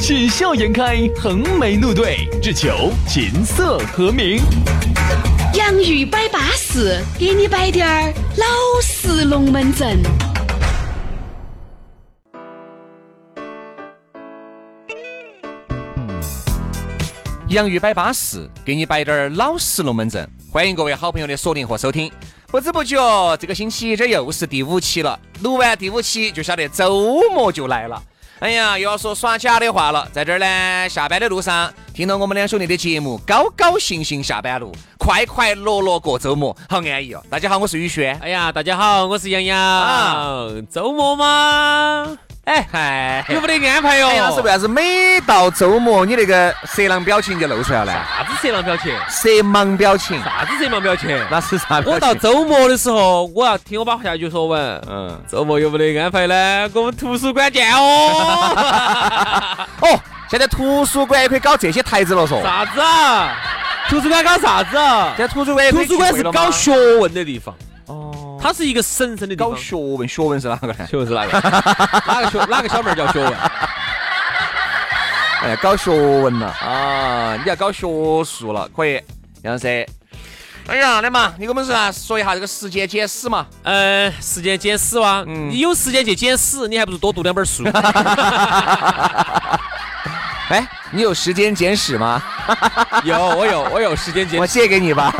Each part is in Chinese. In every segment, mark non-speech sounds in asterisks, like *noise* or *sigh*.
喜笑颜开，横眉怒对，只求琴瑟和鸣。洋芋摆巴士，给你摆点儿老式龙门阵。洋芋摆巴适，给你摆点儿老实龙门阵。欢迎各位好朋友的锁定和收听。不知不觉，这个星期这又是第五期了。录完第五期，就晓得周末就来了。哎呀，又要说耍假的话了。在这儿呢，下班的路上听到我们两兄弟的节目，高高兴兴下班路，快快乐乐过周末，好安逸哦。大家好，我是宇轩。哎呀，大家好，我是杨洋。啊周末吗？哎，嗨有没得安排哟？哎呀，是为啥子每到周末你那个色狼表情就露出来了呢？啥子色狼表情？色盲表情，啥子色狼表情？那是啥表情？我到周末的时候，我要听我把下句说完。嗯。周末有没得安排呢？我们图书馆见 *laughs* 哦。哦，现在图书馆也可以搞这些台子了，说。啥子啊？图书馆搞啥子啊？现在图书馆也可图以书馆聚是会了搞吗学问的地方，哦，它是一个神圣的地方。搞学问，学问是哪个呢？学问是哪个？ *laughs* 哪个学哪个小妹儿叫学问？ *laughs* 哎，搞学问了啊！你要搞学术了，可以，杨噻。哎呀，那嘛，你给我们说啊说一下这个时间简史嘛？嗯，时间捡屎哇！嗯你有时间去捡屎，你还不如多读两本书。哎，你有时间简史吗？ *laughs* 有，我有，我有时间捡我。借给你 *laughs* 吧，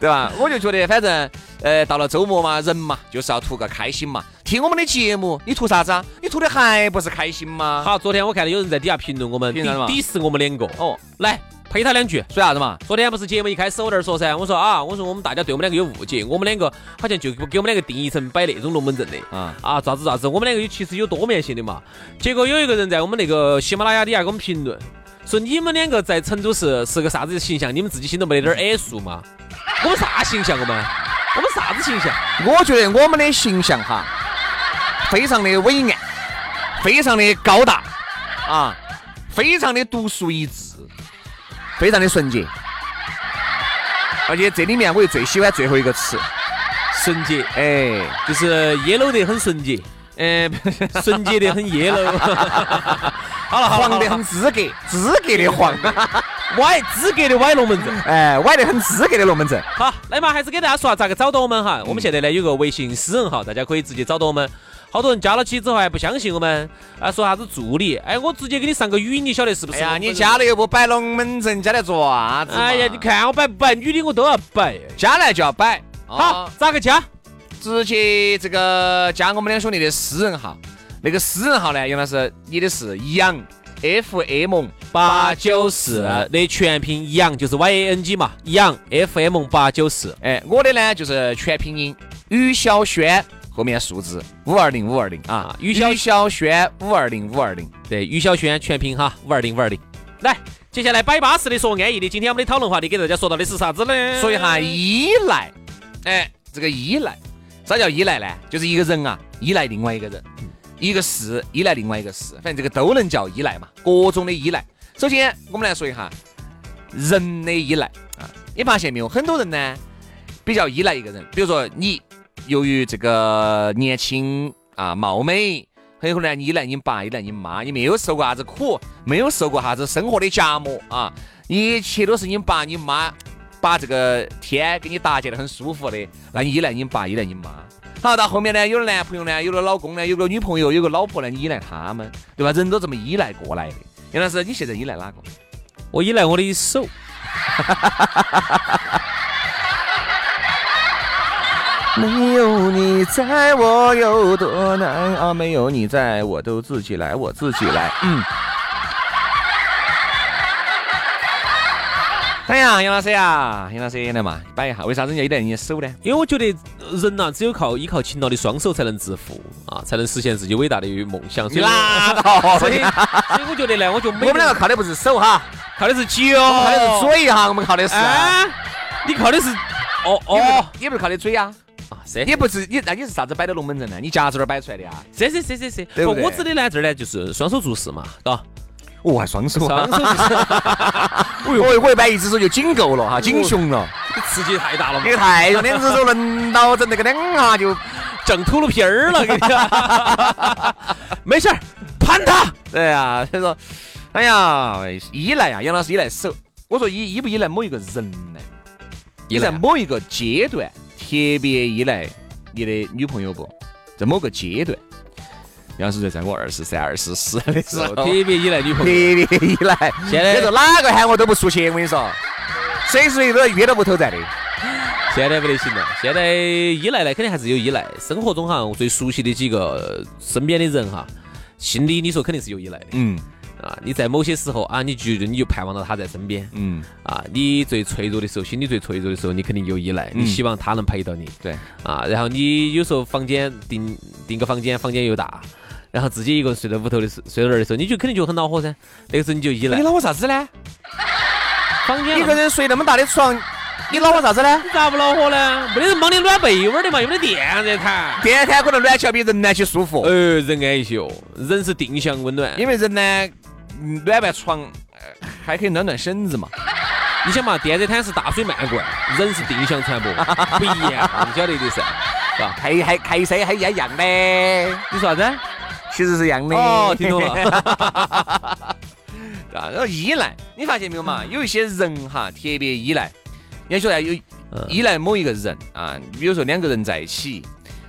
对吧？我就觉得，反正呃，到了周末嘛，人嘛就是要图个开心嘛。听我们的节目，你图啥子啊？你图的还不是开心吗？好，昨天我看到有人在底下评论我们，评论什么鄙视我们两个。哦，来呸他两句。说啥子嘛？昨天不是节目一开始我在那儿说噻，我说啊，我说我们大家对我们两个有误解，我们两个好像就给我们两个定义成摆那种龙门阵的。啊，啊，咋子咋子，我们两个有其实有多面性的嘛。结果有一个人在我们那个喜马拉雅底下给我们评论，说你们两个在成都是是个啥子形象？你们自己心头没得点儿矮数吗？ *laughs* 我们啥形象？我们我们啥子形象？我觉得我们的形象哈，非常的伟岸，非常的高大啊，非常的独树一帜，非常的纯洁。而且这里面我又最喜欢最后一个词，纯洁，哎，就是 yellow 得很纯洁， *laughs* 嗯、纯洁得很 *laughs* yellow。好了好了，黄得很资格，资格的 *laughs* 黄，歪资格的歪龙门阵。哎，歪得很资格的龙门阵。好，来嘛，还是给大家说下咋个找到我们哈。嗯我们现在呢有个微信私人号，大家可以直接找到我们。好多人加了起之后还不相信我们，啊，说啥子助理，哎，我直接给你上个语音，你晓得是不哎是？呀，你家的，里又不摆龙门阵，家里做啥子嘛？哎呀，你看我摆不摆，女的我都要摆。加来就要摆。好啊，，咋个加？直接这个加我们两兄弟的私人号，那个私人号呢，原来是你的是杨 F M 八九四，的全拼杨就是 Y A N G 嘛，杨 F M 八九四。哎，我的呢就是全拼音于小轩，后面数字五二零五二零啊啊，于小小轩五二零五二零。对，于小轩全拼哈，五二零五二零。来，接下来摆巴适的说安逸的，今天我们的讨论话题给大家说到的是啥子呢？说一下依赖，哎，这个依赖，啥叫依赖呢？就是一个人啊，依赖另外一个人，一个事依赖另外一个事，反正这个都能叫依赖嘛，各种的依赖。首先，我们来说一下人的依赖啊，你发现没有？很多人呢比较依赖一个人，比如说你由于这个年轻啊貌美。很有可能呢你依赖你爸，依赖你妈，你没有受过啥子苦，没有受过啥子生活的夹磨啊，一切都是你爸你妈把这个天给你搭建得很舒服的，那你依赖你爸，依赖你妈。好，到后面呢，有了男朋友呢，有了老公呢，有了女朋友，有个老婆呢，你依赖他们，对吧？人都这么依赖过来的。杨老师，你现在依赖哪个？我依赖我的手。没有你在我有多难啊！没有你在我都自己来，我自己来。嗯，哎呀，杨老师呀，杨老师来嘛，摆一下，为啥人家一来你手呢？因为我觉得呃人呐、只有靠依靠勤劳的双手才能致富啊，才能实现自己伟大的梦想。所以我，倒所以，所以我觉得呢，我就我每们两个靠的不是手哈，靠的是脚，靠的是嘴哈，我们靠的是。啊，你靠的是哦哦哦，哎哎也不是靠的嘴呀，啊，是也不是你，那你是啥子摆的龙门阵呢？你夹子儿摆出来的啊呀？是是是是是，对不对哦我指的呢，这儿呢就是双手做事嘛，嘎，哦，还双手双啊，哎手做事我我我一摆一只手就紧够了哈，紧熊了，刺激太大了嘛哎你，太用两只手轮到整那个两下就，整秃噜皮儿了，给你，没事儿，盘他，对呀，所以说，哎呀，依赖啊，杨老师依赖手，我说依依不依赖某一个人呢？你在啊某一个阶段特别依赖你的女朋友不？在某个阶段，杨老师在我二十三、二十四的时候，特别依赖女特朋友，别依赖。现在你说哪个喊我都不出去，我跟你说，随时随地都要约到屋头在的。现在不得行了，现在依赖呢，肯定还是有依赖。生活中哈，我最熟悉的几个呃身边的人哈，心里你说肯定是有依赖的。嗯啊，你在某些时候啊，你觉得你就盼望到他在身边嗯，啊，你最脆弱的时候，心里最脆弱的时候，你肯定有依赖，你嗯希望他能陪到你对，啊。然后你有时候房间订订个房间，房间又大，然后自己一个人睡在屋头的时睡到那儿的时候，你就肯定就很恼火噻。那个时候你就依赖你恼火啥子呢？房间一个了，人睡那么大的床，你恼火啥子呢？你咋不恼火呢？没得人帮你暖被窝的嘛，又没得电热毯。电毯可能暖气要比人暖气舒服，呃，人安逸些哦，人是定向温暖。因为人呢，嗯暖完床呃还可以暖暖身子嘛。你想嘛，电热毯是大水漫灌，人是定向传播，不一 *laughs* 样，你晓得的噻，是吧？还还还噻，还一样的，你说啥子？其实是一样的。哦，听懂了。啊，然后依赖，你发现没有嘛？有一些人哈，特别依赖，你晓得啊有依赖某一个人啊，比如说两个人在一起，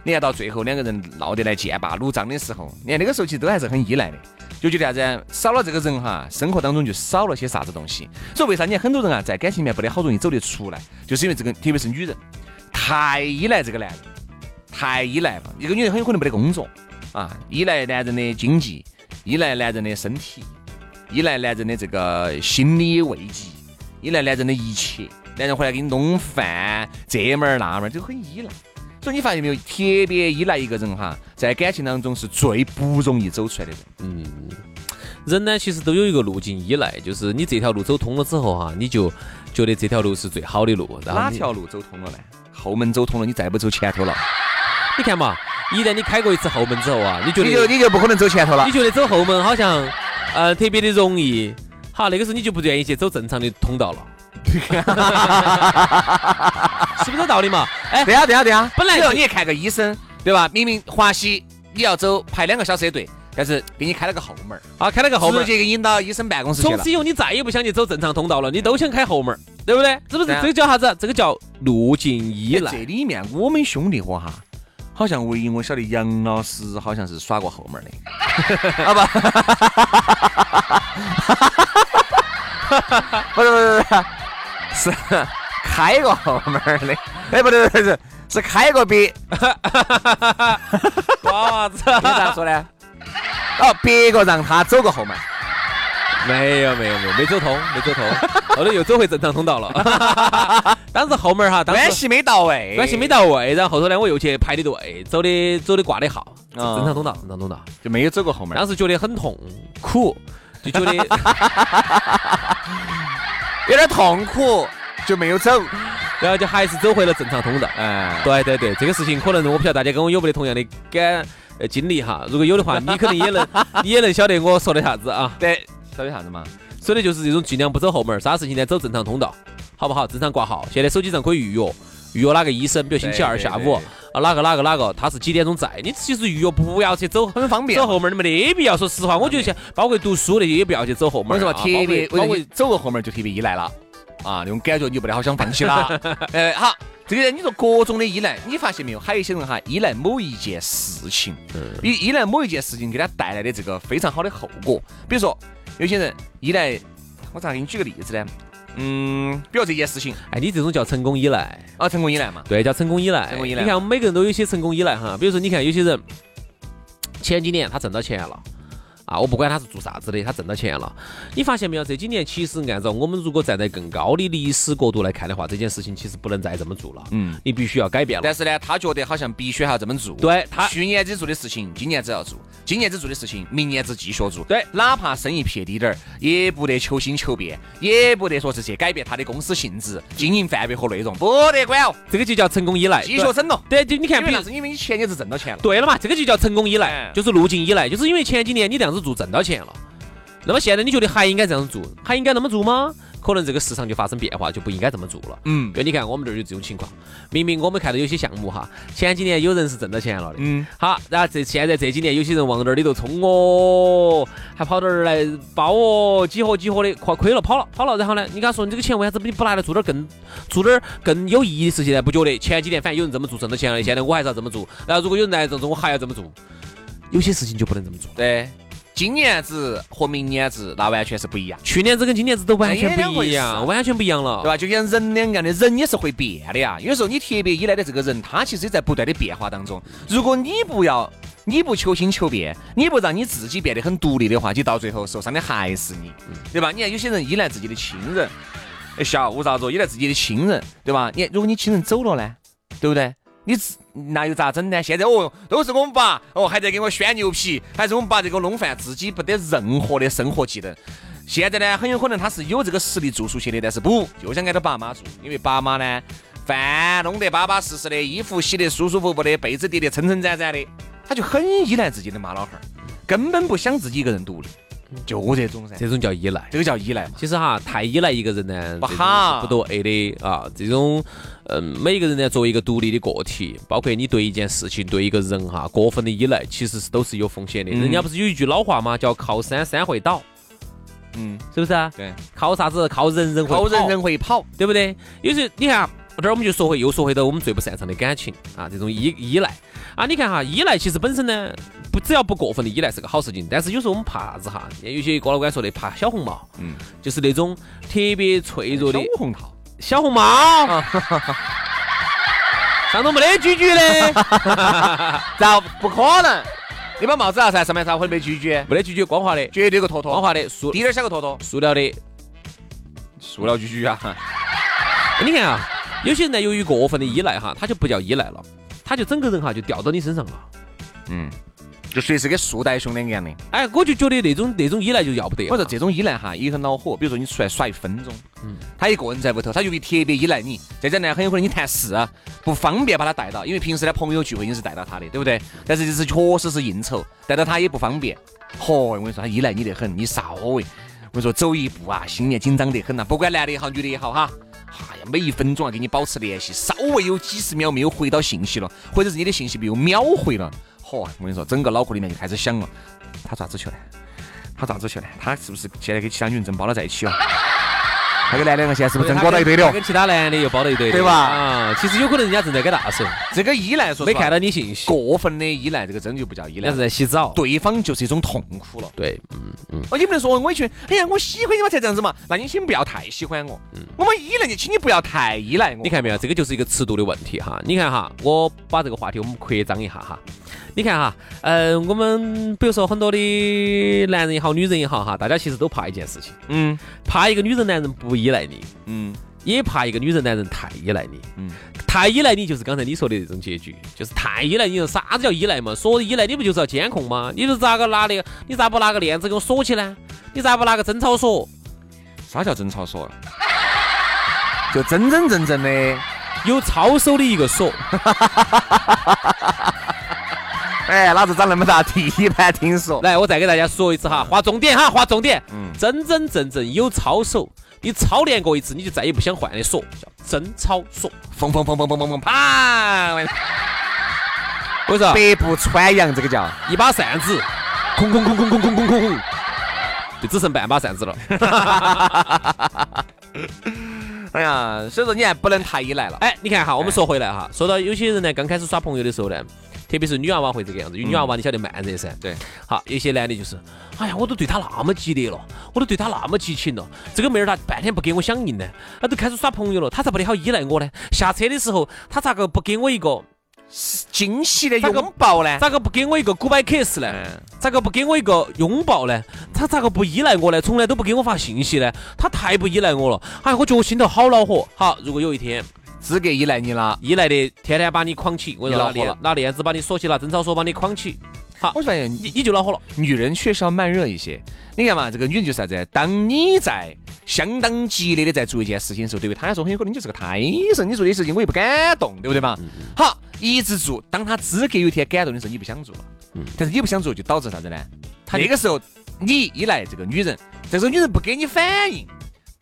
你看到最后两个人闹得来剑拔弩张的时候，你看那个时候其实都还是很依赖的，就觉得啥子，少了这个人哈，生活当中就少了些啥子东西。所以为啥你看很多人啊，在感情里面不得好容易走得出来，就是因为这个，特别是女人太依赖这个男人，太依赖了。一个女人很有可能没得工作啊，依赖男人的经济，依赖男人的身体。依赖男人的这个心理慰藉，依赖男人的一切，男人回来给你弄饭，这门儿那门儿就很依赖。所以你发现没有，特别依赖一个人哈，在感情当中是最不容易走出来的人。人呢，其实都有一个路径依赖，就是你这条路走通了之后哈、你就觉得这条路是最好的路。然后哪你条？路走通了呢？后门走通了，你再不走前 *laughs* 头了，你看嘛，一旦你开过一次后门之后啊，你觉你就得你就不可能走前头了你。觉得走后门好像呃特别的容易，好，那个时候你就不愿意去走正常的通道了。 *laughs* 是不是这道理嘛？哎，对啊，对啊，对 *laughs* 啊。本来比如就你看个医生，对吧？明明华西你要走排两个小时的队，但是给你开了个后门儿，啊，开了个后门直，接给你引到医生办公室去从了此。以后你再也不想去走正常通道了，你都想开后门儿，对不对？是不是？对啊这个叫啥子？这个叫路径依赖。 *laughs* 这里面我们兄弟伙哈，好像唯一我晓得杨老师好像是耍过后门的， *laughs* 啊不，不是不是不是，是开过后门的，哎不对不对是是开过别，瓜娃子，你咋说 *laughs* 呢？哦，别个让他走过后门， *laughs* 没有没有没有，没走通，没走通，后头又走回正常通道了。 *laughs* 当时后门儿哈，当关时系没到位，关系没到位，然后后头呢，我又去排的队，走的走的挂的号，哦正常通道，正常通道。就没有走过后门。当时觉得很痛苦，就 *laughs* 觉得有点痛苦就没有走，然后就还是走回了正常通道。哎，对对对，这个事情可能我不晓得大家跟我有没得同样的感呃经历哈，如果有的话，你肯定也能 *laughs* 你也能晓得我说的啥子啊。对，晓得啥子嘛？说的就是这种尽量不走后门儿，啥事情呢走正常通道，好不好？正常挂号，现在手机上可以预约，预约哪个医生，比如星期二对对下对午啊，哪个哪个哪个，他是几点钟在？你其实预约不要去走。很方便走。后门儿你没得必要，说实话，我觉得像包括读书那些也不要去走后我门跟儿你啊。说嘛，特别包括包我括跟你走过后门就特别依赖了啊，那种感觉你就不得好想放弃 *laughs* 了。呃，好，这个人你说各种的依赖，你发现没有？还有一些人哈，依赖某一件事情，依依赖某一件事情给他带来的这个非常好的后果。比如说，有些人依赖，我咋给你举个例子呢？嗯，比如这件事情哎，你这种叫成功依赖，啊，成功依赖嘛，对，叫成功依赖。成功依赖你看，我们每个人都有一些成功依赖哈，比如说，你看有些人前几年他挣到钱了。啊，我不管他是做啥子的，他挣到钱了。你发现没有？这几年其实按照我们如果站在更高的历史角度来看的话，这件事情其实不能再这么做了。嗯，你必须要改变了。但是呢，他觉得好像必须还要这么做。对他去年子做的事情，今年子要做；今年子做的事情，明年子继续做。对哪怕生意撇低点儿，也不得求新求变，也不得说是去改变他的公司性质、经营范围和内容，不得管哦，这个就叫成功依赖。继续整咯。哎对，对就你看，比因为如啥子？因为你前年子挣到钱了。对了嘛，这个就叫成功依赖哎，就是路径依赖，就是因为前几年你这样子做挣到钱了，那么现在你觉得还应该这样做，还应该那么做吗？可能这个市场就发生变化，就不应该这么做了。嗯对，你看我们这儿有这种情况，明明我们看到有些项目哈，前几年有人是挣到钱了的，嗯，好，然后这现在这几年有些人往那儿里头冲哦，还跑到这儿来包哦，几何几何的，快亏了跑了跑了，然后呢，你跟他说你这个钱为啥子你不拿来做点儿更做点儿更有意义的事情呢？不觉得前几年反正有人这么做挣到钱了，现在我还是要这么做，然后如果有人来这么做，我还要这么做，有些事情就不能这么做。对，今年子和明年子那完全是不一样。去年子跟今年子都完全哎呀不一两样，回事完全不一样了，对吧？就像人两样的，人也是会变的呀。有时候你特别依赖的这个人，他其实也在不断的变化当中。如果你不要，你不求新求变，你不让你自己变得很独立的话，你到最后受伤的还是你，对吧？你看有些人依赖自己的亲人，哎，下午咋着？依赖自己的亲人，对吧？你看如果你亲人走了呢，对不对？你自那又咋整呢？现在哦，都是我们爸哦，还在给我选牛皮，还是我们爸在给我弄饭，自己不得任何的生活技能。现在呢，很有可能他是有这个实力做出去的，但是不就想挨他爸妈做，因为爸妈呢，饭弄得巴巴适适的，衣服洗得舒舒服服的，被子叠得撑撑展展的，他就很依赖自己的妈老汉儿，根本不想自己一个人独立，就嗯这种噻，这种叫依赖。这个叫依赖嘛。其实哈，太依赖一个人呢，不这种好是不对的啊。这种，嗯，每一个人呢，作为一个独立的个体，包括你对一件事情、对一个人哈，过分的依赖，其实是都是有风险的。人家不是有一句老话吗？叫靠山山会倒，嗯，是不是啊？对，靠啥子？靠人人会靠人跑人会跑，对不对？有时候你看啊，这儿我们就说回又说回到我们最不擅长的感情啊，这种依依赖啊，你看哈，依赖其实本身呢，不只要不过分的依赖是个好事情，但是有时候我们怕啥子哈？有些哥老倌说的怕小红帽，嗯，就是那种特别脆弱的小红桃，小红帽。 *laughs* 上头没得居居的，咋不可能？你把帽子拿噻，上面咋会没居居？没得居居，光滑的，绝对个坨光坨，滑的，塑滴点儿像个坨坨，塑料的，塑料居居啊。哎你看啊，有些人呢，由于过分的依赖哈，他就不叫依赖了，他就整个人哈就掉到你身上了。嗯，就随时跟树袋熊两个样的。哎，我就觉得那种那种依赖就要不得了。我说这种依赖哈也很恼火，比如说你出来耍一分钟，嗯，他一个人在屋头，他由于特别依赖你，再者呢，很有可能你谈事啊不方便把他带到，因为平时呢朋友聚会你是带到他的，对不对？但是这次确实是应酬，带到他也不方便。嚯、我跟你说，他依赖你得很，你稍微，我跟你说走一步啊，心里面紧张得很呐、不管男的也好，女的也好哈。哎呀，每一分钟啊，跟你保持联系，稍微有几十秒没有回到信息了，或者是你的信息被又秒回了，嚯、我跟你说，整个脑壳里面就开始想了，他咋子去了？他咋子去了？他是不是现在跟其他女人真抱到在一起了？哦那个男的现在是不是真裹到一堆的他哦？跟其他男的又包到一堆的，对吧啊，其实有可能人家正在给大手，这个依赖说没看到到你信息，过分的依赖，这个真就不叫依人赖家是，在洗澡。对方就是一种痛苦了。对，嗯哦，你不能说我以前，哎呀，我喜欢你嘛才这样子嘛，那你请不要太喜欢我，我们依赖你，嗯请你不要太依赖我。你看没有？这个就是一个尺度的问题哈。你看哈，我把这个话题我们扩张一下哈。你看哈，嗯，我们比如说很多的男人也好，女人也好哈，大家其实都怕一件事情，嗯怕一个女人男人不依赖你，嗯，也怕一个女人男人太依赖你。嗯太依赖你就是刚才你说的这种结局，就是太依赖你。啥子叫依赖嘛？说依赖你不就是要监控吗？你是咋个拿那个？你咋不拿个链子给我锁起呢？你咋不拿个贞操锁？啥叫争吵说呀？ *laughs* 就真真正正的，有操守的一个锁，哎，老子长那么大第一盘听说。来，我再给大家说一次哈，划重点哈，划重点。嗯真真正正有操守，你操练过一次，你就再也不想换的锁，叫贞操锁。风风风风风风风，啪！为啥？百步穿杨，这个叫。一把扇子，空空空空空空空空空，就只剩半把扇子了。哎呀，所以说你还不能太依赖了。哎，你看哈，我们说回来哈，说到有些人呢，刚开始耍朋友的时候呢，特别是女娃娃会这个样子，因为女娃娃你晓得慢热噻。对。好，有些男的就是，哎呀，我都对她那么激烈了，我都对她那么激情了，这个妹儿她半天不给我响应呢，她都开始耍朋友了，她咋不得好依赖我呢？下车的时候，她咋个不给我一个惊喜的咋个拥抱呢？咋个不给我一个 goodbye kiss 呢？嗯咋个不给我一个拥抱呢？他咋个不依赖我呢？从来都不给我发信息呢？他太不依赖我了，哎，我觉得我心头好恼火。好，如果有一天资格依赖你了。依赖的天天把你框起，我你说拿恼火链了拿链子把你锁起，拿贞操锁把你框起，我哎发现你你就恼火了。女人确实要慢热一些。你看嘛，这个女人就是啥子？当你在相当激烈的在做一件事情的时候，对于她来说，很有可能你就是个胎神，你做的事情我又不敢动，对不对嘛？好，一直做。当她资格有一天感动的时候，你不想做了。但是你不想做，就导致啥子呢？她那个时候你依赖这个女人，这时候女人不给你反应，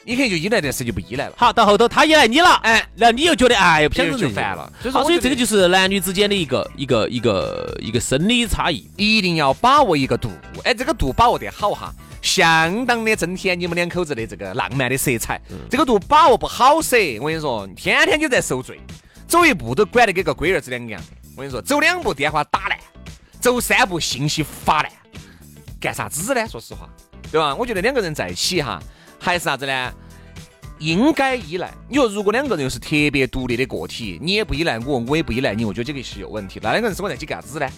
你可能就依赖这事就不依赖了。好，到后头他依赖你了，哎，然后你又觉得哎，不想就跟就人家烦了所以说好，我啊所以觉这个得就是男女之间的一个一个一个一个生理差异。一定要把握一个度，哎，这个度把握得好哈，相当的增添你们两口子的这个浪漫的色彩。这个度把握不好噻，我跟你说，天天就在受罪，走一步都管得跟个龟儿子两个样。我跟你说，走两步电话打烂，走三步信息发烂，干啥子呢？说实话，对吧？我觉得两个人在一起哈，还是啥子呢？应该依赖。你说，如果两个人又是特别独立的个体，你也不依赖我，我也不依赖你，我觉得这个是有问题。那两个人生活在一起干啥子呢？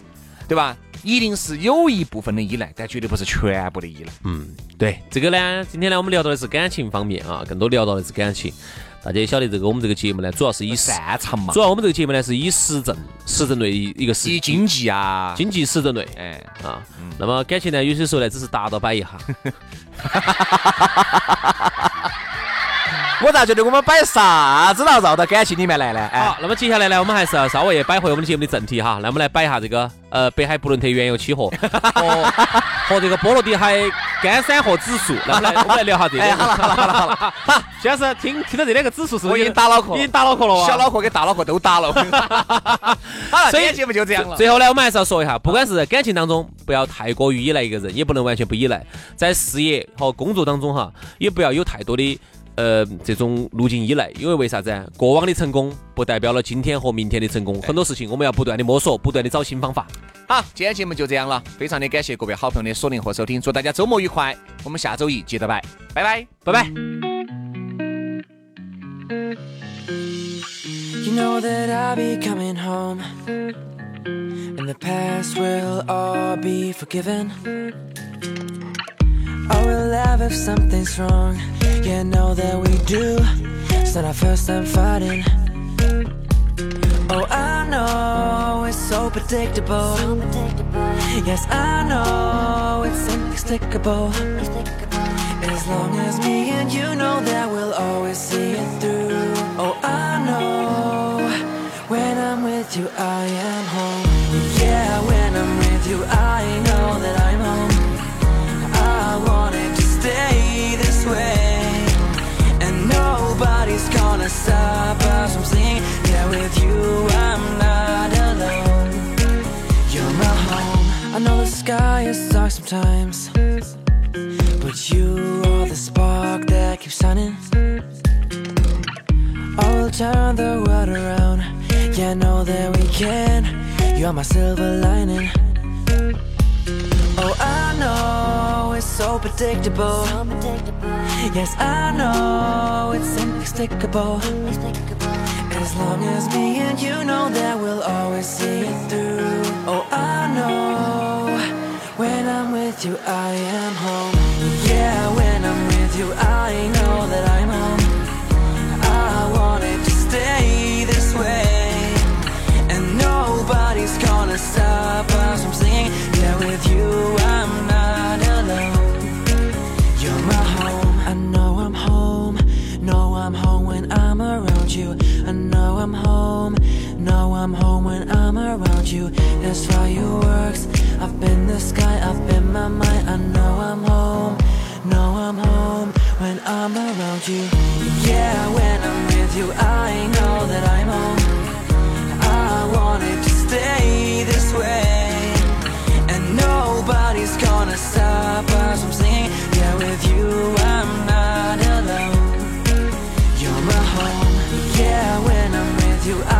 对吧？一定是有一部分的依赖，但绝对不是全部的依赖。嗯，对，这个呢，今天呢，我们聊到的是感情方面啊，更多聊到的是感情。大家也晓得，这个我们这个节目呢，主要是以实，擅长嘛主，要我们这个节目呢是以实证、实证类一个实以经济啊，经济实证类哎，啊。那么感情呢，有些时候呢，只是搭到摆一下。我咋觉得我们摆啥子了绕到感情里面来呢？哎，好，那么接下来呢，我们还是要稍微摆回我们的节目的正题哈。那我们来摆一下这个呃，北海布伦特原油期货和和这个波罗的海干散货指数。那我们来我们来聊下这个。好了好了好了好了， *laughs* 好，徐老师听听到这两个指数是不我是已经打脑壳了已经打脑壳了啊？小脑壳跟大脑壳都 *laughs* 打了。好了，今天节目就这样了。最后呢，我们还是要说一下，不管是在感情当中，不要太过于依赖一个人，也不能完全不依赖；在事业和工作当中哈，也不要有太多的呃这种路径依赖，因为为啥子啊？过往的成功不代表了今天和明天的成功，很多事情我们要不断的摸索，不断的找新方法。好，今天节目就这样了，非常的感谢各位好朋友的锁定和收听，祝大家周末愉快。我们下周一接着拜，拜拜，拜拜。 You know that I'll be coming home. And the past will all be forgiven. I will laugh if something's wrong. Yeah, I know that we do. It's not our first time fighting. Oh, I know it's so predictable. Yes, I know it's inexplicable. As long as me and you know that we'll always see it through. Oh, I know when I'm with you, I am home. Yeah, when I'm with you, I know that I'm home. I wanted to stay this way, and nobody's gonna stop us from singing. Yeah, with you, I'm not alone. You're my home. I know the sky is dark sometimes. But you are the spark that keeps shining. I will turn the world around. Yeah, I know that we can. You are my silver lining. Oh, I know it's so predictable. Yes, I know it's inexplicable. As long as me and you know that we'll always see it through. Oh, I know when I'm with you, I am home. Yeah, when I'm with you, I know that I'm home. I wanted to stay this way, and nobody's gonna stop us from singing. Yeah, with you, I'm not alone. You're my home. I know I'm home. Know I'm home when I'm around you. I know I'm home. Know I'm home when I'm around you. That's how you works. I've been the sky. I've been my mind. I know I'm home. Know I'm home when I'm around you. Yeah, when I'm with you, I know that I'm home. I wanted to stay this way. And nobody's gonna stop us from singing. Yeah, with you, I'm not alone. You're my home. Yeah, when I'm with you, I